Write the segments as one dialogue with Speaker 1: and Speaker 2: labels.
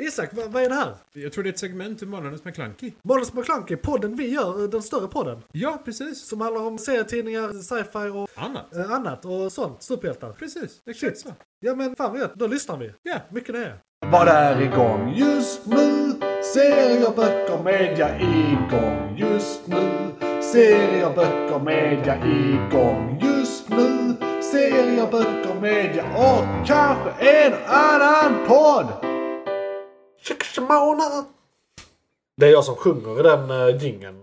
Speaker 1: Isak, vad, vad är det här?
Speaker 2: Jag tror det är ett segment ur Månadens McKlunky.
Speaker 1: Månadens McKlunky, podden vi gör, eh, den större podden.
Speaker 2: Ja, precis.
Speaker 1: Som handlar om serietidningar, sci-fi och
Speaker 2: Annat.
Speaker 1: eh, annat och sånt. Superhjältar.
Speaker 2: Precis, exakt
Speaker 1: Shit.
Speaker 2: så.
Speaker 1: Ja men fan vad gött, då lyssnar vi.
Speaker 2: Ja,
Speaker 1: Mycket nöje.
Speaker 3: Vad är igång just nu? Serier, böcker, media igång just nu. Serier, böcker, media igång just nu. Serier, böcker, media och kanske en annan podd.
Speaker 1: Sex månader! Det är jag som sjunger i den uh, gingen.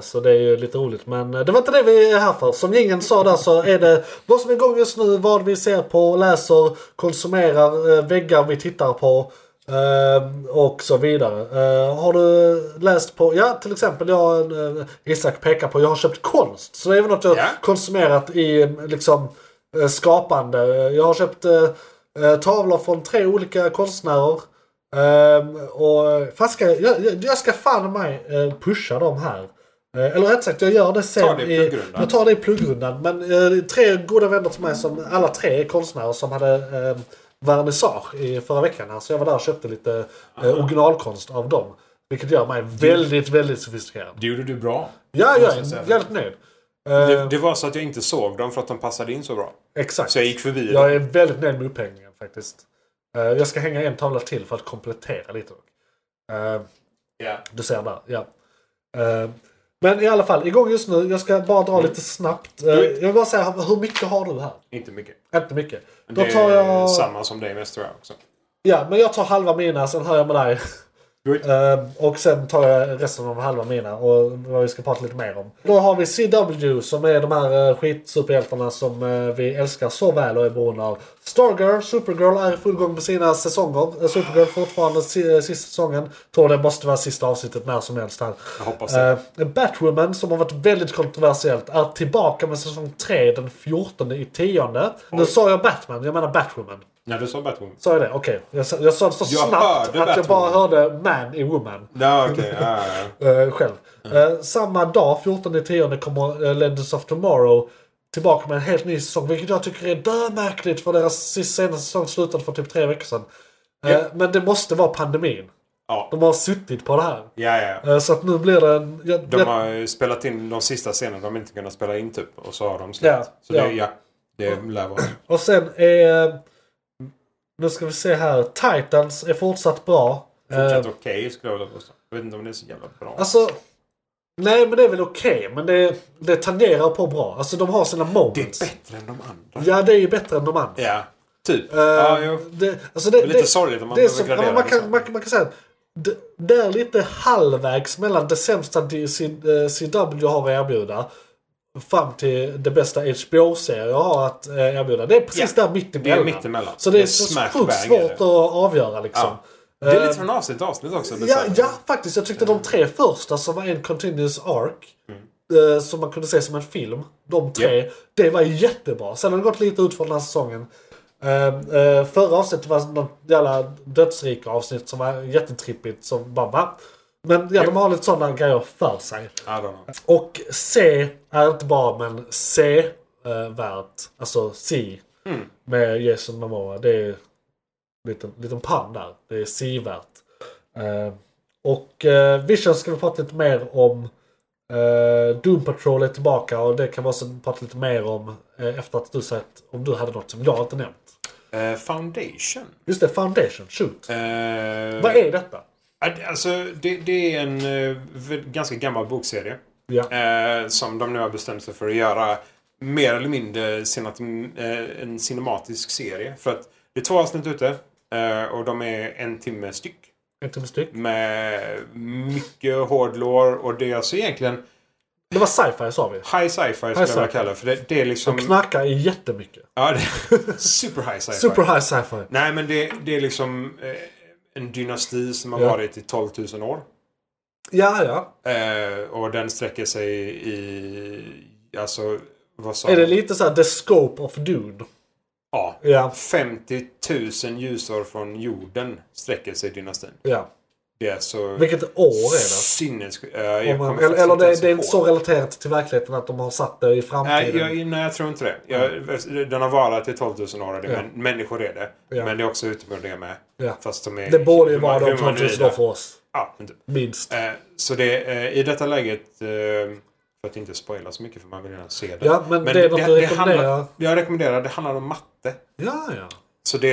Speaker 1: Så det är ju lite roligt. Men eh, det var inte det vi är här för. Som gingen sa där så är det vad som är igång just nu, vad vi ser på, läser, konsumerar, eh, väggar vi tittar på eh, och så vidare. Eh, Har du läst på, ja till exempel jag, eh, Isak pekar på, jag har köpt konst. Så det är väl något jag
Speaker 2: Ja.
Speaker 1: konsumerat i eh, liksom eh, skapande. Eh, Jag har köpt eh, eh, tavlor från tre olika konstnärer. Ehm, och fan ska, jag, jag, jag ska fan mig eh, pusha dem här. Eh, eller rätt sagt, jag gör det sen.
Speaker 2: Ta det i
Speaker 1: i,
Speaker 2: pluggrundan.
Speaker 1: jag tar det i pluggrundan. Men eh, tre goda vänner till mig, som alla tre är konstnärer, som hade eh, vernissage i förra veckan. Här, så jag var där och köpte lite eh, originalkonst av dem. Vilket gör mig väldigt, väldigt sofistikerad.
Speaker 4: Det gjorde du bra.
Speaker 1: Ja, jag
Speaker 4: måste
Speaker 1: är
Speaker 4: jag säga.
Speaker 1: jävligt nöjd. Eh,
Speaker 4: Det, det var så att jag inte såg dem för att de passade in så bra.
Speaker 1: exakt.
Speaker 4: Så jag gick förbi dem.
Speaker 1: Jag är väldigt nöjd med upphängningen faktiskt. Eh, jag ska hänga en tavla till för att komplettera lite. Eh,
Speaker 4: Ja.
Speaker 1: Du ser där, ja. Eh, men i alla fall, igång just nu. Jag ska bara dra
Speaker 4: Mm.
Speaker 1: lite snabbt. Eh, jag vill bara säga, hur mycket har du här?
Speaker 4: Inte mycket.
Speaker 1: Inte mycket. Då
Speaker 4: Det
Speaker 1: tar
Speaker 4: är
Speaker 1: jag...
Speaker 4: samma som dig mest tror jag också.
Speaker 1: Ja, men jag tar halva mina, sen hör jag med dig.
Speaker 4: Good.
Speaker 1: Eh, och sen tar jag resten av halva mina och vad vi ska prata lite mer om. Då har vi CW som är de här eh, skitsuperhjältarna som eh, vi älskar så väl och är beroende av. Stargirl, Supergirl är i full gång med sina säsonger. Eh, Supergirl fortfarande si- eh, sista säsongen. Tror det måste vara sista avsnittet när som helst här.
Speaker 4: Jag hoppas det.
Speaker 1: Eh, Batwoman som har varit väldigt kontroversiellt är tillbaka med säsong 3 den 14 i 10. Nu sa jag Batman, jag menar Batwoman.
Speaker 4: När du sa Batwoman.
Speaker 1: Sa jag det? Okej. Jag, sa- jag sa så
Speaker 4: Jag
Speaker 1: snabbt att
Speaker 4: hörde
Speaker 1: jag bara
Speaker 4: Batwoman.
Speaker 1: hörde man i woman.
Speaker 4: Ja, okej. ja, ja, ja.
Speaker 1: eh, själv.
Speaker 4: Mm.
Speaker 1: Eh, samma dag, 14.10, kommer uh, Legends of Tomorrow tillbaka med en helt ny säsong. Vilket jag tycker är dömärkligt för deras sista senaste säsong slutade för typ tre veckor sedan. Eh,
Speaker 4: Ja.
Speaker 1: Men det måste vara pandemin.
Speaker 4: Ja,
Speaker 1: De har suttit på det här.
Speaker 4: ja, ja.
Speaker 1: Eh, så att nu blir det en... Jag,
Speaker 4: De
Speaker 1: jag,
Speaker 4: har ju spelat in de sista scenerna de inte kunnat spela in typ. Och så har de
Speaker 1: Ja,
Speaker 4: släppt. Så
Speaker 1: ja.
Speaker 4: det, ja. Det lär vara.
Speaker 1: Och sen är... eh, nu ska vi se här. Titans är fortsatt bra. Eh,
Speaker 4: Fortsatt okej skulle jag vilja påstå. Jag vet inte om det är så jävla bra.
Speaker 1: Alltså... Nej men det är väl okej, men det, det tangerar på bra. Alltså de har sina
Speaker 4: det är
Speaker 1: moments.
Speaker 4: bättre än de andra.
Speaker 1: ja det är ju bättre än de andra.
Speaker 4: Ja, typ.
Speaker 1: Eh,
Speaker 4: ja, jag,
Speaker 1: det, alltså det,
Speaker 4: det är lite
Speaker 1: det,
Speaker 4: sorgligt om man
Speaker 1: det är
Speaker 4: behöver
Speaker 1: som, ja,
Speaker 4: gradera
Speaker 1: men man, kan,
Speaker 4: liksom.
Speaker 1: man, man kan säga att det, det är lite halvvägs mellan det sämsta DC, eh, CW har att erbjuda fram till det bästa HBO-serier jag har att eh, erbjuda. Det är precis där
Speaker 4: det är
Speaker 1: mittemellan.
Speaker 4: mittemellan.
Speaker 1: Så det är,
Speaker 4: Det är
Speaker 1: så
Speaker 4: smack
Speaker 1: sjukt
Speaker 4: bang,
Speaker 1: svårt
Speaker 4: är det.
Speaker 1: att avgöra liksom.
Speaker 4: det är
Speaker 1: Eh,
Speaker 4: lite från avsnitt till avsnitt också. det är
Speaker 1: Ja,
Speaker 4: så här.
Speaker 1: ja, faktiskt. Jag tyckte de tre första som var en continuous arc. Eh, som man kunde se som en film. De tre. Det var jättebra. Sen har det gått lite ut för den här säsongen. Eh, eh, förra avsnittet var något jävla dödsrika avsnitt som var jättetrippigt. Som bara va? Men ja, de har lite sådana grejer för sig.
Speaker 4: I don't know.
Speaker 1: Och C är inte bara men C eh, värt. Alltså C. Med Jason Momoa. Det är liten, liten pann där. Det är C-värt. Eh, och eh, Vision ska vi prata lite mer om. Eh, Doom Patrol är tillbaka och det kan vi också prata lite mer om eh, efter att du sagt om du hade något som jag inte nämnt.
Speaker 4: Eh, foundation.
Speaker 1: Just det, Foundation. Shoot.
Speaker 4: Eh,
Speaker 1: Vad är detta?
Speaker 4: det? Alltså, det, det är en eh, v- ganska gammal bokserie.
Speaker 1: Ja.
Speaker 4: Eh, som de nu har bestämt sig för att göra mer eller mindre cinat- eh, en cinematisk serie. För att det är två avsnitt ute eh, och de är en timme styck.
Speaker 1: En timme styck.
Speaker 4: Med mycket hård lore och det är alltså egentligen
Speaker 1: Det var sci-fi sa vi.
Speaker 4: high sci-fi skulle jag
Speaker 1: sci-fi.
Speaker 4: vilja kalla det. För det, det är liksom...
Speaker 1: Knackar är jättemycket.
Speaker 4: Ja, det, super high sci-fi.
Speaker 1: Super high sci-fi.
Speaker 4: Nej, men det, det är liksom eh, en dynasti som har
Speaker 1: Ja.
Speaker 4: varit i 12 000 år.
Speaker 1: Ja, ja.
Speaker 4: Eh, och den sträcker sig i... Alltså, vad sa
Speaker 1: Är det
Speaker 4: jag?
Speaker 1: lite såhär the scope of dude?
Speaker 4: Ja.
Speaker 1: Ja.
Speaker 4: 50 000 ljusår från jorden sträcker sig dynastin.
Speaker 1: Ja.
Speaker 4: Det är så...
Speaker 1: Vilket år är
Speaker 4: Sinnessjukt. Eh,
Speaker 1: det?
Speaker 4: Eller,
Speaker 1: Om man, eller eller det, det är inte så relaterat till verkligheten att de har satt det i
Speaker 4: Nej
Speaker 1: framtiden.
Speaker 4: jag, nej, jag tror inte det. Jag, den har varat i 12 000 år. och Det,
Speaker 1: Ja.
Speaker 4: men, människor är det.
Speaker 1: Ja.
Speaker 4: Men det är också utomjordingar med.
Speaker 1: Ja.
Speaker 4: Fast de är
Speaker 1: det borde ju
Speaker 4: huma-
Speaker 1: vara de 12 000
Speaker 4: humanoida.
Speaker 1: år för oss.
Speaker 4: Ja, men typ.
Speaker 1: Minst.
Speaker 4: Eh, så det, eh, i detta läget, eh, för att inte spoila så mycket för man vill gärna se det.
Speaker 1: Ja, men det är något du rekommenderar.
Speaker 4: handlar, Jag rekommenderar, det handlar om matte.
Speaker 1: Ja, ja.
Speaker 4: Så det,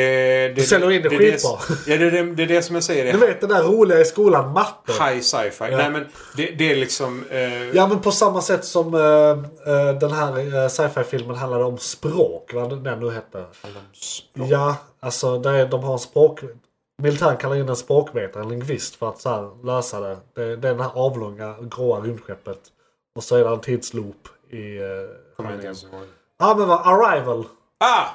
Speaker 4: det, du
Speaker 1: säljer in det skitbra.
Speaker 4: Ja, det, det, det är det som jag säger. Det
Speaker 1: Du
Speaker 4: är
Speaker 1: vet det där roliga i skolan, matte.
Speaker 4: high sci-fi. Nej, men det, det är liksom... Eh,
Speaker 1: Ja men på samma sätt som eh, eh, den här eh, sci-fi filmen handlade om språk. Vad den nu hette. Ja, alltså där är, de har en språk... Militären kallar in en språkvetare, en lingvist för att så här, lösa det. det. Det är det här avlånga gråa rymdskeppet. Och så är det en tidsloop i... Eh,
Speaker 4: kommer jag inte ens ihåg.
Speaker 1: ja men vad, Arrival.
Speaker 4: Ah!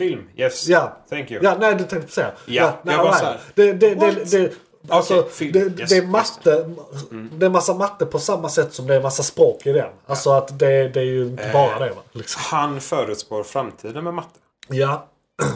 Speaker 4: Film. Yes.
Speaker 1: Ja.
Speaker 4: Thank you.
Speaker 1: Ja, nej du tänkte säga.
Speaker 4: Ja,
Speaker 1: nej,
Speaker 4: jag var
Speaker 1: Arrival.
Speaker 4: så här,
Speaker 1: Det, det,
Speaker 4: what?
Speaker 1: det, det, alltså,
Speaker 4: Okej, film.
Speaker 1: det,
Speaker 4: Yes,
Speaker 1: det är
Speaker 4: yes. Mm.
Speaker 1: matte. Det är massa matte på samma sätt som det är massa språk i den. Alltså att det, det är ju inte
Speaker 4: Eh.
Speaker 1: bara det va. Liksom.
Speaker 4: Han förutspår framtiden med matte.
Speaker 1: Ja.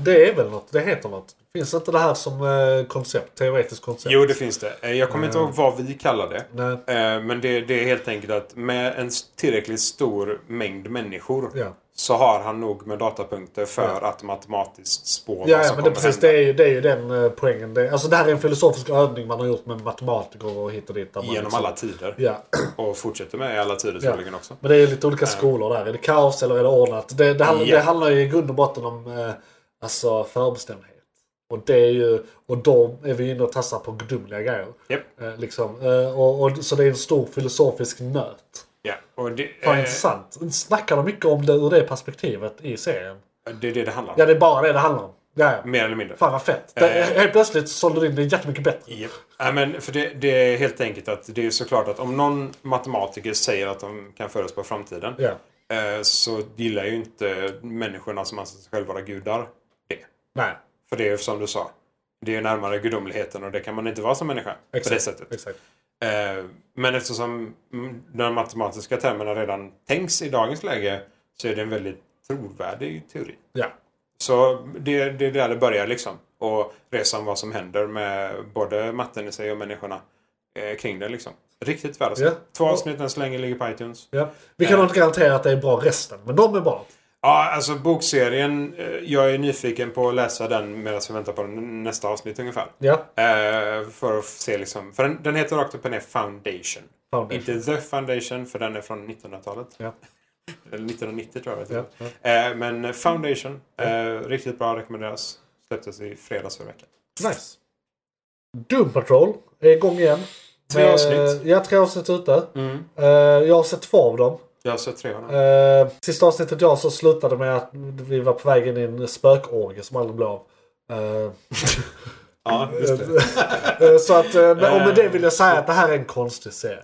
Speaker 1: Det är väl något. Det heter något. Finns inte det här som eh, koncept? Teoretiskt koncept?
Speaker 4: Jo, det finns det. Eh, Jag kommer inte ihåg vad vi kallar det.
Speaker 1: Nej.
Speaker 4: Eh, Men det, det är helt enkelt att med en s- tillräckligt stor mängd människor
Speaker 1: Ja.
Speaker 4: så har han nog med datapunkter för att matematiskt spå vad
Speaker 1: Ja, ja
Speaker 4: som
Speaker 1: men det, är
Speaker 4: kommer
Speaker 1: precis,
Speaker 4: hända.
Speaker 1: det, är ju, det är ju den eh, poängen. Det, alltså det här är en filosofisk övning man har gjort med matematiker och hit och dit. där man
Speaker 4: Genom
Speaker 1: liksom-
Speaker 4: alla tider.
Speaker 1: Ja.
Speaker 4: Och fortsätter med i alla tider
Speaker 1: Ja.
Speaker 4: troligen också. Eh.
Speaker 1: Men det är ju lite olika skolor där. Är det kaos eller är det ordnat? Det, det, handlar,
Speaker 4: Ja.
Speaker 1: det handlar ju i grund och botten om eh, alltså förbestämdhet. Och, det är ju, och då är vi inne och tassar på gudomliga grejer.
Speaker 4: Japp.
Speaker 1: Eh, liksom. eh, och, och, så det är en stor filosofisk nöt.
Speaker 4: Ja. Och det,
Speaker 1: Fan,
Speaker 4: eh,
Speaker 1: intressant. Snackar de mycket om det ur det perspektivet i serien?
Speaker 4: det är det det handlar om.
Speaker 1: Ja, det är bara det det handlar om. Ja, ja.
Speaker 4: Mer eller mindre.
Speaker 1: Fan vad fett. Det,
Speaker 4: Eh.
Speaker 1: helt plötsligt sålde du in det jättemycket bättre.
Speaker 4: Japp. Ja, men för det, det är helt enkelt att det är såklart att om någon matematiker säger att de kan förutspå framtiden
Speaker 1: Ja.
Speaker 4: eh, så gillar ju inte människorna som anser sig själva vara gudar det.
Speaker 1: Nej,
Speaker 4: För det är ju som du sa. Det är närmare gudomligheten och det kan man inte vara som människa på det sättet.
Speaker 1: exakt.
Speaker 4: Eh, Men eftersom mm, de matematiska termerna redan tänks i dagens läge så är det en väldigt trovärdig teori.
Speaker 1: Ja.
Speaker 4: Så det, det är där det börjar liksom. Och resan vad som händer med både matten i sig och människorna eh, kring det liksom. Riktigt värdelöst.
Speaker 1: Ja.
Speaker 4: Två avsnitt än så länge ligger på iTunes.
Speaker 1: ja. Vi
Speaker 4: Eh.
Speaker 1: kan nog inte garantera att det är bra resten, men de är bra.
Speaker 4: Ja, alltså bokserien. eh, Jag är nyfiken på att läsa den medan jag väntar på den nästa avsnitt ungefär.
Speaker 1: Ja.
Speaker 4: Eh, för att se liksom. För den, den heter rakt upp och ner Foundation.
Speaker 1: Foundation.
Speaker 4: Inte The Foundation för den är från 1900-talet.
Speaker 1: Ja.
Speaker 4: Eller 1990 tror jag.
Speaker 1: Ja,
Speaker 4: det är. Eh, men Foundation. Eh, riktigt bra rekommenderas. Släpptes i fredags förra veckan.
Speaker 1: Nice. Doom Patrol är igång igen.
Speaker 4: Tre
Speaker 1: Med-
Speaker 4: avsnitt. Mm.
Speaker 1: Ja, tre avsnitt ute. Eh, jag har sett två av dem.
Speaker 4: Jag har sett tre av dem.
Speaker 1: Eh, sista avsnittet jag så slutade med att vi var på väg in i en spökorgie som aldrig blev av. Eh,
Speaker 4: Ja, just det.
Speaker 1: eh, så att, eh, och med det vill jag säga att det här är en konstig serie.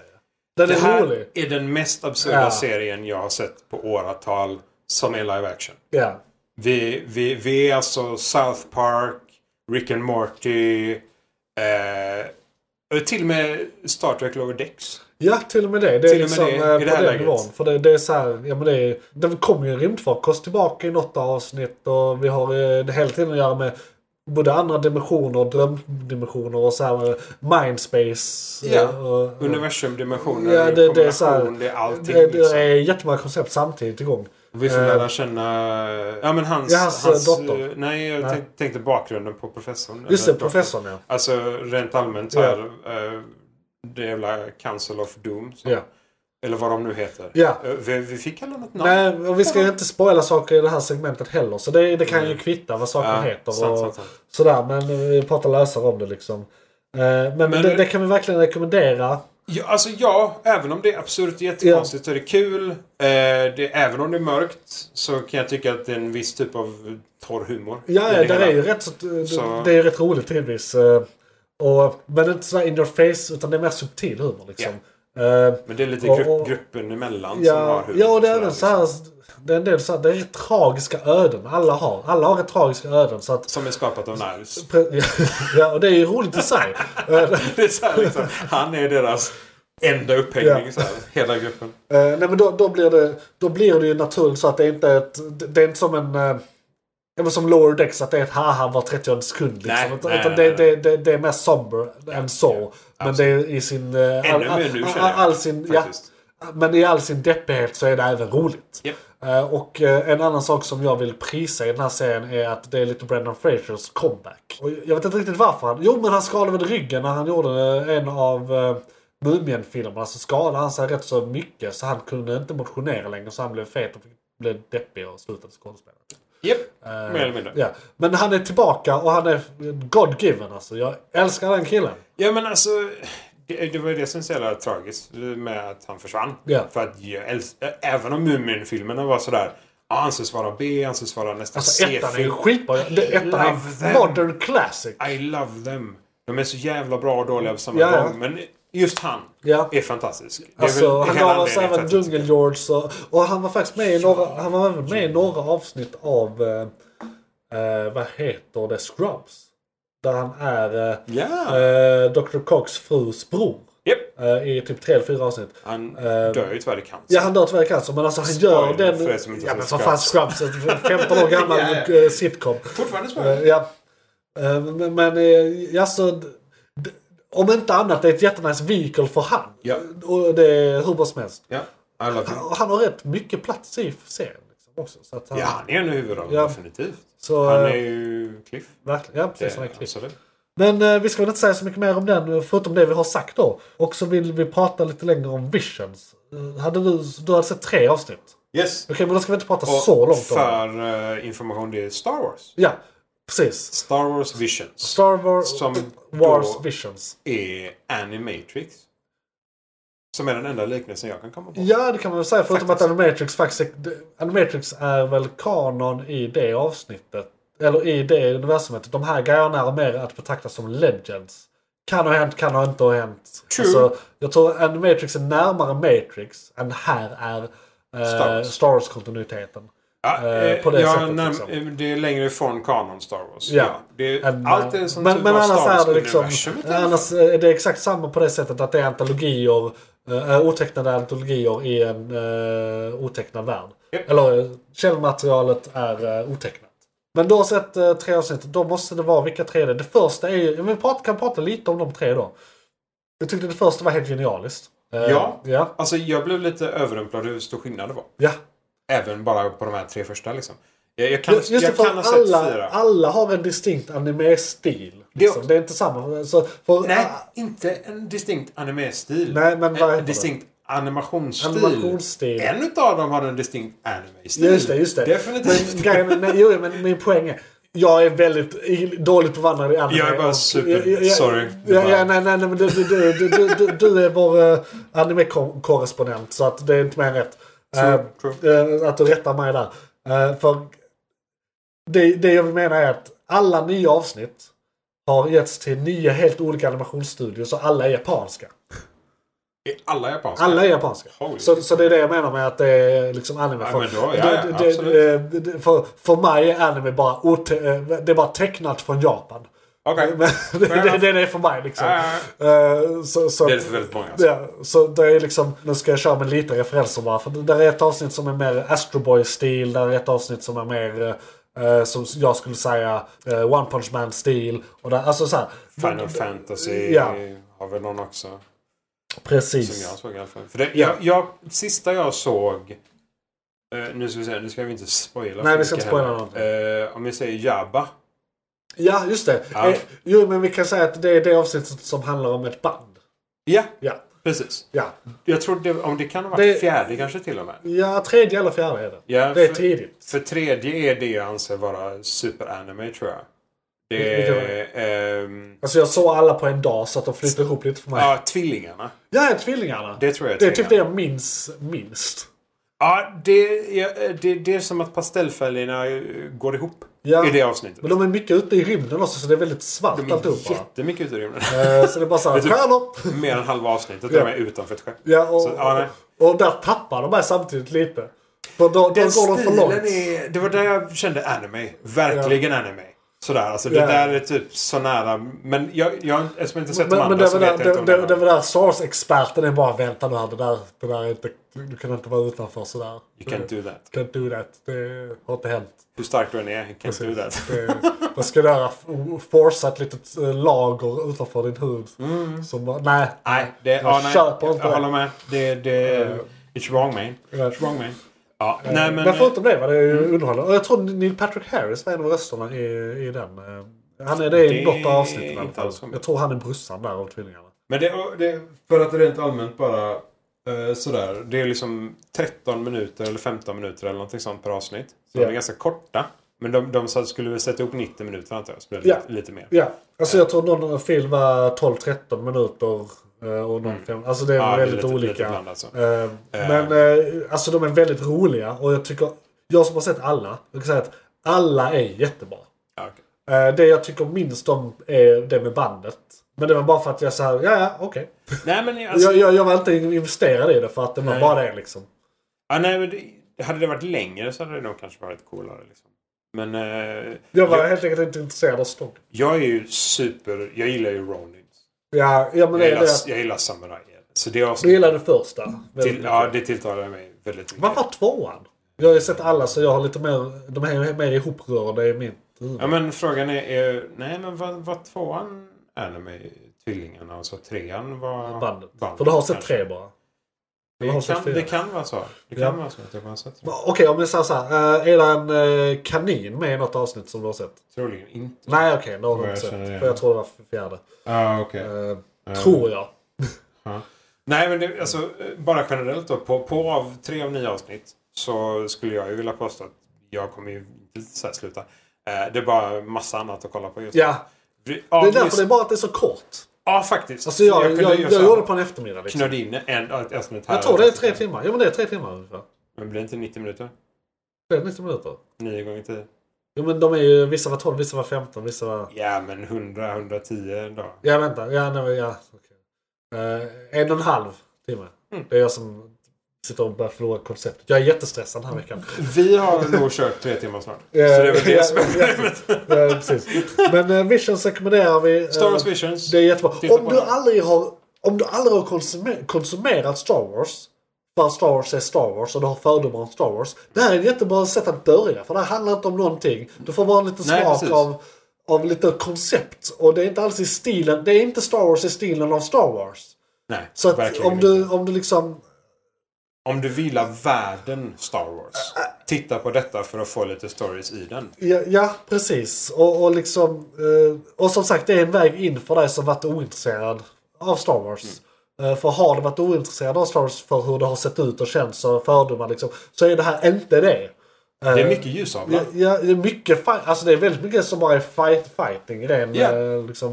Speaker 1: Den
Speaker 4: Det
Speaker 1: är
Speaker 4: här
Speaker 1: rolig.
Speaker 4: är den mest absurda
Speaker 1: Ja.
Speaker 4: serien jag har sett på åratal som är live action.
Speaker 1: Ja.
Speaker 4: Vi, vi, vi är alltså South Park, Rick and Morty, eh, och till och med Star Trek Lower Decks.
Speaker 1: Ja, till och med det. Det är
Speaker 4: Till och med
Speaker 1: liksom
Speaker 4: det,
Speaker 1: eh,
Speaker 4: i
Speaker 1: på
Speaker 4: det här
Speaker 1: den
Speaker 4: läget.
Speaker 1: nivån. För det, det är så här, ja men det är, det kommer ju en rymdfarkost tillbaka i något avsnitt och vi har eh, det hela tiden att göra med både andra dimensioner, drömdimensioner och så här eh, mindspace. eh,
Speaker 4: Ja.
Speaker 1: och- och-
Speaker 4: Universum, dimensioner,
Speaker 1: Ja, det- det är så här-
Speaker 4: kombination, det är allting.
Speaker 1: det, det
Speaker 4: liksom.
Speaker 1: är jättemånga koncept samtidigt igång.
Speaker 4: Vi får
Speaker 1: eh,
Speaker 4: lära känna... Ja, men hans...
Speaker 1: Ja, hans, eh, dotter.
Speaker 4: eh, Nej, jag
Speaker 1: Nej.
Speaker 4: tänk- tänkte bakgrunden på professorn.
Speaker 1: Just
Speaker 4: Eller
Speaker 1: det,
Speaker 4: doktorn.
Speaker 1: professorn ja.
Speaker 4: Alltså rent allmänt så
Speaker 1: Ja.
Speaker 4: här. eh, det jävla Council of Doom. Så.
Speaker 1: Ja.
Speaker 4: Eller vad de nu heter.
Speaker 1: Ja.
Speaker 4: Eh, Vi, vi fick alla något namn.
Speaker 1: Nej, och vi ska ju inte spoila saker i det här segmentet heller. Så det, det kan ju kvitta vad saker
Speaker 4: Ja,
Speaker 1: heter. Och,
Speaker 4: sant, sant, sant.
Speaker 1: Sådär, men eh, vi pratar lösare om det liksom. Eh, Men, det, det kan vi verkligen rekommendera.
Speaker 4: Ja, alltså ja, även om det är absurt och jättekonstigt så är det kul. Eh, det, även om det är mörkt så kan jag tycka att det är en viss typ av torr humor.
Speaker 1: Ja, ja
Speaker 4: i det
Speaker 1: det
Speaker 4: hela.
Speaker 1: är ju rätt, så, det,
Speaker 4: Så-
Speaker 1: det är ju rätt roligt tidvis. eh, Och, men inte sådär in your face, utan det är mer subtil humor. Liksom. Eh,
Speaker 4: Men det är lite
Speaker 1: Och-
Speaker 4: grupp,
Speaker 1: och-
Speaker 4: gruppen emellan som har
Speaker 1: ja,
Speaker 4: humor.
Speaker 1: ja, och det är
Speaker 4: sådär, liksom,
Speaker 1: även så här, det är en del så här, det är tragiska öden alla har. Alla har rätt tragiska öden. Så att,
Speaker 4: Som är skapat av Niles.
Speaker 1: pre- ja, och det är ju roligt i sig. Eh,
Speaker 4: Det är så här, liksom, han är deras enda upphängning.
Speaker 1: Ja.
Speaker 4: Så här, hela gruppen.
Speaker 1: Eh, nej men då, då, blir det, då blir det ju naturligt så att det inte är ett, det det är inte som en eh, Ja, men som Lower Decks, att det är ett haha var 30 sekund. Liksom.
Speaker 4: Nej,
Speaker 1: utan
Speaker 4: nej,
Speaker 1: utan
Speaker 4: nej,
Speaker 1: det, det, det, det är mest somber än så. men det är i sin... eh,
Speaker 4: Ännu mer nu, känner jag,
Speaker 1: all sin, ja,
Speaker 4: faktiskt.
Speaker 1: Men i all sin deppighet så är det även roligt.
Speaker 4: Japp.
Speaker 1: Eh, Och eh, en annan sak som jag vill prisa i den här serien är att det är lite Brendan Frasers comeback. Och jag vet inte riktigt varför han... Jo, men han skalade väl ryggen när han gjorde eh, en av eh, Mumien-filmerna. Så skalade han sig rätt så mycket så han kunde inte motionera längre. Så han blev fet och blev deppig och slutade skådespela.
Speaker 4: Japp, mer eller mindre.
Speaker 1: Ja. Men han är tillbaka och han är God-given alltså. Jag älskar den killen.
Speaker 4: Ja men alltså, det, det var ju det som är så jävla tragiskt med att han försvann.
Speaker 1: Ja.
Speaker 4: För att jag älsk, även om Mumin-filmerna var sådär, ah, anses vara B, anses vara nästan
Speaker 1: Alltså ettan är ju
Speaker 4: C-film.
Speaker 1: skitbra. Det- Ettan
Speaker 4: Love
Speaker 1: är
Speaker 4: them.
Speaker 1: modern classic.
Speaker 4: I love them. De är så jävla bra och dåliga på samma
Speaker 1: Ja, ja.
Speaker 4: gång. Men just han
Speaker 1: Ja.
Speaker 4: är fantastisk. Det är
Speaker 1: Alltså,
Speaker 4: väl
Speaker 1: han
Speaker 4: hela
Speaker 1: gav oss
Speaker 4: anledningen
Speaker 1: även
Speaker 4: till att-
Speaker 1: Jungle George och, och han var faktiskt med i några, han var även med i några avsnitt av eh, eh, vad heter det, Scrubs. Där han är eh,
Speaker 4: Ja!
Speaker 1: eh, Dr. Cox frus bror.
Speaker 4: Japp!
Speaker 1: Eh, I typ tre eller fyra avsnitt.
Speaker 4: Han
Speaker 1: Eh,
Speaker 4: dör ju tyvärr i cancer.
Speaker 1: Ja han dör tyvärr i cancer men alltså han gör
Speaker 4: Spoiler
Speaker 1: den...
Speaker 4: för er som inte
Speaker 1: Ja
Speaker 4: har
Speaker 1: men
Speaker 4: sett
Speaker 1: för fan Scrubs, är en 15 år gammal
Speaker 4: Ja.
Speaker 1: eh, sitcom.
Speaker 4: Fortfarande spoiler.
Speaker 1: Eh, Ja. Eh, Men, men eh, alltså... d- d- Om inte annat, det är ett jättenice vehicle för han.
Speaker 4: Ja.
Speaker 1: Och det är hur bra som helst.
Speaker 4: Ja, I love him.
Speaker 1: Han, han har rätt mycket plats i serien. Liksom också, så att han,
Speaker 4: Ja, han är en huvudroll,
Speaker 1: Ja.
Speaker 4: definitivt.
Speaker 1: Så,
Speaker 4: han är
Speaker 1: eh,
Speaker 4: ju Cliff.
Speaker 1: Verkligen, ja, precis som en klipp.
Speaker 4: absolut.
Speaker 1: Men eh, vi ska väl inte säga så mycket mer om den, eh, förutom det vi har sagt då. Och så vill vi prata lite längre om Visions. Eh, Hade du, du hade sett tre avsnitt? Okej,
Speaker 4: Yes.
Speaker 1: men då ska vi inte prata
Speaker 4: Och
Speaker 1: så långt om det.
Speaker 4: för eh, information, det är Star Wars.
Speaker 1: Ja, precis.
Speaker 4: Star Wars Visions
Speaker 1: Star Wars,
Speaker 4: Som
Speaker 1: Wars
Speaker 4: då-
Speaker 1: Visions.
Speaker 4: är Animatrix. Som är den enda liknelsen jag kan komma på.
Speaker 1: Ja, det kan man väl säga. Förutom att
Speaker 4: Faktiskt.
Speaker 1: Animatrix faktiskt... Animatrix är väl kanon i det avsnittet. Eller i det universumet. De här grejerna är mer att betrakta som legends. Kan ha hänt, kan ha inte ha hänt. Alltså,
Speaker 4: True.
Speaker 1: jag tror Animatrix är närmare Matrix än här är
Speaker 4: Star
Speaker 1: eh,
Speaker 4: Wars.
Speaker 1: Star Wars-kontinuiteten.
Speaker 4: Ja,
Speaker 1: eh,
Speaker 4: eh,
Speaker 1: på det
Speaker 4: ja,
Speaker 1: sättet,
Speaker 4: när-
Speaker 1: liksom.
Speaker 4: eh, Det är längre ifrån kanon Star Wars.
Speaker 1: Ja.
Speaker 4: Det,
Speaker 1: Än,
Speaker 4: allt
Speaker 1: eh,
Speaker 4: är typ som
Speaker 1: men,
Speaker 4: tur
Speaker 1: men
Speaker 4: var
Speaker 1: annars
Speaker 4: Star
Speaker 1: är det liksom...
Speaker 4: Wars-universumet.
Speaker 1: Annars är det exakt samma på det sättet att det är antologier. eh, otecknade antologier i en eh, otecknad värld.
Speaker 4: Japp.
Speaker 1: Eller eh, källmaterialet är eh, otecknat. Men du har sett eh, tre avsnitt. Då måste det vara vilka tre det är. Det första är ju... ja, Vi prat, kan prata lite om de tre då. Jag tyckte det första var helt genialiskt. Eh,
Speaker 4: Ja.
Speaker 1: Ja.
Speaker 4: Alltså jag blev lite överrumplad hur stor skillnad det var.
Speaker 1: ja.
Speaker 4: Även bara på de här tre första liksom. Jag, jag kan,
Speaker 1: Just det,
Speaker 4: jag
Speaker 1: för
Speaker 4: kan ha sett
Speaker 1: alla,
Speaker 4: fyra.
Speaker 1: alla har en distinkt anime-stil. Liksom.
Speaker 4: också.
Speaker 1: Det är inte samma. Så för,
Speaker 4: Nej, inte en distinkt anime-stil.
Speaker 1: Nej, men vad
Speaker 4: en,
Speaker 1: heter
Speaker 4: en distinkt animationsstil.
Speaker 1: Animationsstil.
Speaker 4: En utav dem har en distinkt anime-stil.
Speaker 1: Just det, just det.
Speaker 4: Definitivt.
Speaker 1: Men, grejen, nej, jo, men min poäng är. Jag är väldigt i- dåligt bevandrad i anime.
Speaker 4: Jag är bara
Speaker 1: och-
Speaker 4: super-
Speaker 1: jag- jag-
Speaker 4: sorry.
Speaker 1: Ja, ja, nej, nej, nej, men du, du, du, du, du- du, du är vår eh, anime-korrespondent. Så att det är inte mer än rätt.
Speaker 4: True,
Speaker 1: Eh, eh, att du rättar mig där. Eh, för det, det jag menar är att alla nya avsnitt har getts till nio helt olika animationsstudior. Så alla är japanska.
Speaker 4: Är alla japanska?
Speaker 1: Alla är japanska.
Speaker 4: Holy
Speaker 1: Så, så det är det jag menar med att det är liksom anime.
Speaker 4: Ja,
Speaker 1: För-
Speaker 4: men då- ja,
Speaker 1: det-
Speaker 4: ja,
Speaker 1: det-
Speaker 4: absolut.
Speaker 1: det- det- för, för mig är anime bara, ote- eh, det är bara tecknat från Japan.
Speaker 4: Okej.
Speaker 1: Men det,
Speaker 4: Fair
Speaker 1: det,
Speaker 4: enough.
Speaker 1: det är det för mig liksom.
Speaker 4: Ja,
Speaker 1: Eh, Så, så,
Speaker 4: Det är det för väldigt många. Alltså.
Speaker 1: Ja, så det är liksom, nu ska jag köra med lite referenser bara. För det där är ett avsnitt som är mer Astroboy-stil, där är ett avsnitt som är mer, eh, som jag skulle säga, eh, One Punch Man-stil. Och där, alltså så här,
Speaker 4: Final Fantasy
Speaker 1: Ja.
Speaker 4: har väl någon också. Som
Speaker 1: precis.
Speaker 4: jag såg i alla fall. För det,
Speaker 1: Ja.
Speaker 4: jag, jag, sista jag såg... eh, nu ska vi se, nu ska vi inte spoila.
Speaker 1: Nej,
Speaker 4: för
Speaker 1: vi ska
Speaker 4: mycket
Speaker 1: inte spoila
Speaker 4: heller. Eh, om vi säger Jabba.
Speaker 1: Ja, just det.
Speaker 4: Ja.
Speaker 1: Eh, jo, men vi kan säga att det är det avsnittet som handlar om ett band.
Speaker 4: Ja,
Speaker 1: Ja,
Speaker 4: precis.
Speaker 1: ja.
Speaker 4: Jag tror det, om det kan vara
Speaker 1: Det-
Speaker 4: fjärde kanske till och med.
Speaker 1: ja tredje eller fjärde är det.
Speaker 4: Ja,
Speaker 1: det är
Speaker 4: för-
Speaker 1: tidigt.
Speaker 4: För tredje är det jag anser vara superanime tror jag. Det
Speaker 1: Vilken var
Speaker 4: är... ehm,
Speaker 1: Alltså jag såg alla på en dag så att de flyttade ihop lite för mig. Ja,
Speaker 4: Ja, tvillingarna.
Speaker 1: tvillingarna.
Speaker 4: Det tror jag är
Speaker 1: Det är typ det
Speaker 4: tvillingarna.
Speaker 1: jag minns minst.
Speaker 4: Ja, det, är- det, det är som att pastellfärgerna eh, går ihop
Speaker 1: Ja.
Speaker 4: i det avsnittet.
Speaker 1: Men de är mycket ute i rymden också så det är väldigt svart
Speaker 4: De är
Speaker 1: alltihopa.
Speaker 4: jättemycket ute i rymden.
Speaker 1: Eh, Så det är bara såhär,
Speaker 4: Vet du-
Speaker 1: stjärnor!
Speaker 4: Mer än halva avsnittet
Speaker 1: Ja.
Speaker 4: de är utanför ett skepp.
Speaker 1: Ja, och,
Speaker 4: typ- Så, ja, nej.
Speaker 1: och där tappar de mig samtidigt lite. För då, då
Speaker 4: Den
Speaker 1: går de för
Speaker 4: stilen
Speaker 1: långt.
Speaker 4: är... Det var där jag kände anime. Verkligen anime. Sådär, alltså
Speaker 1: Ja.
Speaker 4: det där är typ så nära. Men jag, jag, eftersom jag inte sett de
Speaker 1: Men, men
Speaker 4: andra
Speaker 1: det
Speaker 4: så
Speaker 1: var
Speaker 4: vet
Speaker 1: där,
Speaker 4: jag inte
Speaker 1: det,
Speaker 4: om
Speaker 1: det, det
Speaker 4: det
Speaker 1: var där SARS-experten är bara vänta nu här. Det där, det där är inte, du kan inte vara utanför sådär.
Speaker 4: You can't do that.
Speaker 1: Can't do that. Det har inte hänt.
Speaker 4: Hur stark du än är, you can't do that.
Speaker 1: Det- Vad ska du göra? Forsa ett litet eh, lager utanför din hud.
Speaker 4: Mm.
Speaker 1: Som bara, nej.
Speaker 4: Nej, det,
Speaker 1: jag
Speaker 4: ja, nej
Speaker 1: köper
Speaker 4: jag,
Speaker 1: inte det.
Speaker 4: håller med. Det, det, it's wrong man. It's wrong man. Ja, nej men... mm.
Speaker 1: Men förutom det var det ju underhållande. Och jag tror Neil Patrick Harris var en av rösterna i, i den. eh, Han är det
Speaker 4: Det
Speaker 1: i något
Speaker 4: är
Speaker 1: avsnitt i alla
Speaker 4: inte
Speaker 1: fall.
Speaker 4: alls omöjligt.
Speaker 1: Jag tror han är brorsan där av tvillingarna.
Speaker 4: Men det, det, för att rent allmänt bara eh, sådär. Det är liksom 13 minuter eller 15 minuter eller någonting sånt per avsnitt. Så de
Speaker 1: Ja.
Speaker 4: är ganska korta. Men de, de sa- skulle väl sätta ihop 90 minuter antar jag. Så blir det
Speaker 1: Ja.
Speaker 4: lite, lite mer.
Speaker 1: Ja, alltså jag tror någon film var 12-13 minuter. eh, Och någon film. Alltså det är
Speaker 4: Mm. Ja, det är
Speaker 1: väldigt
Speaker 4: lite- lite
Speaker 1: olika.
Speaker 4: blandat alltså. så.
Speaker 1: Eh, Men eh, alltså de är väldigt roliga och jag tycker, jag som har sett alla, jag kan säga att alla är jättebra.
Speaker 4: Ja, okej.
Speaker 1: Eh, Det jag tycker minst om är det med bandet. Men det var bara för att jag sa, ja ja okej.
Speaker 4: Nej men alltså,
Speaker 1: jag, jag, jag var inte investerad i det för att det var
Speaker 4: Nej.
Speaker 1: bara det liksom.
Speaker 4: ja, nej, men det, hade det varit längre så hade det nog kanske varit coolare. Liksom. Men eh,
Speaker 1: Jag var
Speaker 4: jag,
Speaker 1: helt enkelt inte intresserad av story.
Speaker 4: jag är ju super... Jag gillar ju Ronins.
Speaker 1: Ja, ja men
Speaker 4: Jag
Speaker 1: det är
Speaker 4: gillar,
Speaker 1: det.
Speaker 4: jag gillar samurajer. Så det
Speaker 1: Du
Speaker 4: avsnittet...
Speaker 1: gillar det första. väldigt
Speaker 4: alltså- Till, ja,
Speaker 1: mycket.
Speaker 4: det tilltalar mig väldigt mycket.
Speaker 1: Vad var tvåan? Jag har ju sett alla så jag har lite mer, de här är mer ihoprörda i mitt huvud.
Speaker 4: Ja men frågan är, är nej men vad, vad tvåan är det med tvillingarna och så trean var
Speaker 1: Bandet. För du har sett
Speaker 4: kanske.
Speaker 1: tre bara. du har
Speaker 4: Det
Speaker 1: sett
Speaker 4: kan,
Speaker 1: fyra.
Speaker 4: det kan vara så. Det kan
Speaker 1: Ja.
Speaker 4: vara så att jag bara har sett tre.
Speaker 1: Va- Okej om jag säger såhär, är det en eh, kanin med i något avsnitt som du har sett?
Speaker 4: Troligen inte.
Speaker 1: Nej okej, det har
Speaker 4: Vad
Speaker 1: du inte
Speaker 4: jag
Speaker 1: sett.
Speaker 4: känner igen.
Speaker 1: För jag tror det var fjärde.
Speaker 4: Ah, okay.
Speaker 1: Eh, Tror jag.
Speaker 4: Nej men det, alltså, eh, bara generellt då. På, på av tre av nio avsnitt så skulle jag ju vilja påstå att jag kommer ju inte så här sluta. Eh, Det är bara massa annat att kolla på just
Speaker 1: Ja,
Speaker 4: nu.
Speaker 1: det är
Speaker 4: Ja,
Speaker 1: därför
Speaker 4: just-
Speaker 1: det är bara att det är så kort.
Speaker 4: ja faktiskt.
Speaker 1: Alltså jag, jag,
Speaker 4: kunde
Speaker 1: jag,
Speaker 4: ju så här
Speaker 1: gjorde det på en eftermiddag liksom.
Speaker 4: Knöd in en, ett avsnitt här.
Speaker 1: Jag tror det är tre timmar. Ja men det är tre timmar ungefär.
Speaker 4: Men blir det inte 90 minuter?
Speaker 1: Det är 90 minuter.
Speaker 4: 9 gånger 10?
Speaker 1: Jo men de är ju, vissa var 12, vissa var 15, vissa var...
Speaker 4: Ja, men 100-110 då.
Speaker 1: Ja vänta, ja nej men ja. okej. Eh, en och en halv timme.
Speaker 4: Mm.
Speaker 1: Det är jag som sitter och börjar förlora konceptet. Jag är jättestressad den här veckan.
Speaker 4: Vi har nog kört tre timmar snart. Så det
Speaker 1: Eh,
Speaker 4: är väl
Speaker 1: ja,
Speaker 4: det som är
Speaker 1: ja,
Speaker 4: problemet.
Speaker 1: ja, precis. Men eh, Visions rekommenderar vi. eh,
Speaker 4: Star Wars Visions.
Speaker 1: Det är jättebra.
Speaker 4: Titta
Speaker 1: Om
Speaker 4: på
Speaker 1: du,
Speaker 4: den.
Speaker 1: aldrig har, om du aldrig har konsume- konsumerat Star Wars. För att Star Wars är Star Wars och du har fördomar om Star Wars. Det här är ett jättebra sätt att börja. För det här handlar inte om någonting. Du får bara en liten
Speaker 4: Nej,
Speaker 1: smak
Speaker 4: precis.
Speaker 1: av, av lite koncept. Och det är inte alls i stilen. Det är inte Star Wars i stilen av Star Wars.
Speaker 4: Nej,
Speaker 1: Så att
Speaker 4: verkligen
Speaker 1: om du,
Speaker 4: inte.
Speaker 1: om du liksom...
Speaker 4: Om du vill ha världen Star Wars.
Speaker 1: Eh,
Speaker 4: Titta på detta för att få lite stories i den.
Speaker 1: Ja, ja precis. Och, och liksom... Eh, och som sagt, det är en väg in för dig som varit ointresserad av Star Wars. Eh, för har du varit ointresserad av Star Wars för hur det har sett ut och känts och fördomar liksom, så är det här inte det. Eh,
Speaker 4: Det är mycket ljusavlar.
Speaker 1: Ja, ja, det är mycket fight, alltså det är väldigt mycket som bara är fight, fighting i den.
Speaker 4: Ja.
Speaker 1: eh, liksom,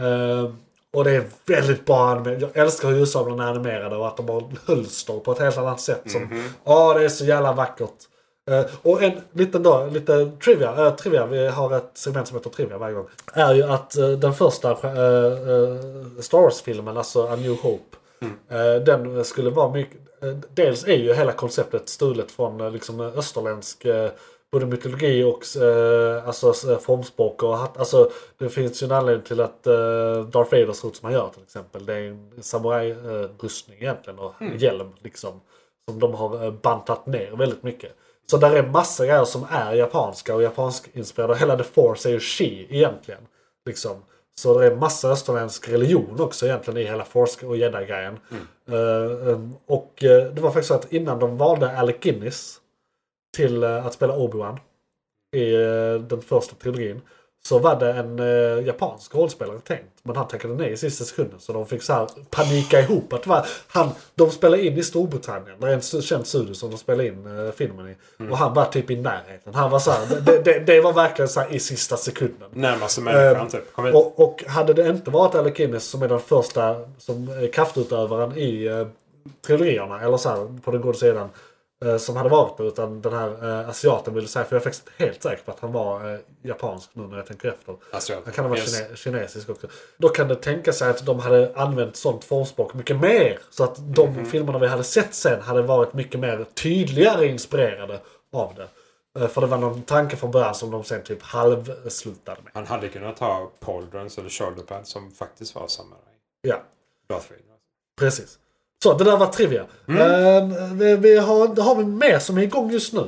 Speaker 1: eh, och det är väldigt bra animerat. Jag älskar hur ljusavlarna är animerade och att de har hölster på ett helt annat sätt. Som, Ja, det är så jävla vackert. Eh, och en liten då, lite trivia, eh, trivia, vi har ett segment som heter trivia varje gång. Är ju att eh, den första eh, eh, Star Wars-filmen, alltså A New Hope. eh, den skulle vara mycket, eh, dels är ju hela konceptet stulet från eh, liksom österländsk eh, både mytologi och eh, alltså, s- eh, formspråk. Och, hat- alltså, det finns ju en anledning till att eh, Darth Vader ser ut som han gör till exempel. Det är en samurajrustning egentligen och hjälm liksom. Som de har eh, bantat ner väldigt mycket. Så där är massa grejer som är japanska och japansk-inspirerade. Hela The Force är ju Shi egentligen. Liksom. Så det är massa österländsk religion också egentligen i hela Force och jedi-grejen. Eh, em, och eh, det var faktiskt så att innan de valde Alec Guinness till eh, att spela Obi-Wan i eh, den första trilogin så var det en eh, japansk rollspelare tänkt. Men han tackade nej i sista sekunden så de fick så här panika ihop. Att det var, han, de spelade in i Storbritannien, det är en su- känd studio som de spelade in eh, filmen i. Och han var typ i närheten. Han var så här, det, det, det var verkligen så här i sista sekunden.
Speaker 4: Närmaste människan
Speaker 1: Ehm,
Speaker 4: typ. Kom hit.
Speaker 1: Och, och hade det inte varit Alec Guinness som är den första som är kraftutövaren i eh, trilogierna, eller så här, på den goda sidan, eh, som hade varit det, utan den här eh, asiaten ville säga, för jag är faktiskt helt säker på att han var eh, japansk nu när jag tänker efter.
Speaker 4: Asiat.
Speaker 1: Han kan ha varit
Speaker 4: Yes.
Speaker 1: kine- kinesisk också. Då kan det tänka sig att de hade använt sånt formspråk mycket mer. Så att
Speaker 4: Mhm.
Speaker 1: de filmerna vi hade sett sen hade varit mycket mer tydligare inspirerade av det. Eh, För det var någon tanke från början som de sen typ halvslutade med.
Speaker 4: Han hade kunnat ha pauldrons eller shoulderpad som faktiskt var samurai.
Speaker 1: Ja,
Speaker 4: Darth Vader.
Speaker 1: precis. Så det där var trivia.
Speaker 4: Mm.
Speaker 1: Eh, vi, vi har, har vi mer som är igång just nu?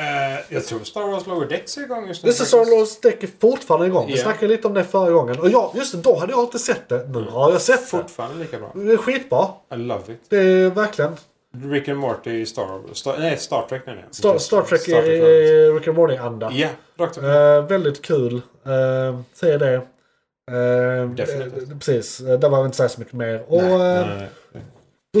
Speaker 4: Eh, jag tror Star Wars Lower Decks är igång just nu.
Speaker 1: This is our Lord's Deck är fortfarande igång. Vi
Speaker 4: Ja.
Speaker 1: snackade lite om det förra gången. Och ja, just det, då hade jag inte sett det. Nu har jag sett det.
Speaker 4: Fortfarande lika bra.
Speaker 1: Det är skitbra.
Speaker 4: I love it.
Speaker 1: Det är verkligen.
Speaker 4: Rick and Morty i Star, Star, nej, Star Trek menar jag.
Speaker 1: Star, Star Trek är
Speaker 4: Trek.
Speaker 1: är Rick and Morty-anda.
Speaker 4: Ja, rakt upp.
Speaker 1: Eh, väldigt kul. Uh, se det. Eh,
Speaker 4: Definitivt.
Speaker 1: eh, precis, Eh, där behöver vi inte säga så mycket mer. Och eh,
Speaker 4: Nej.
Speaker 1: då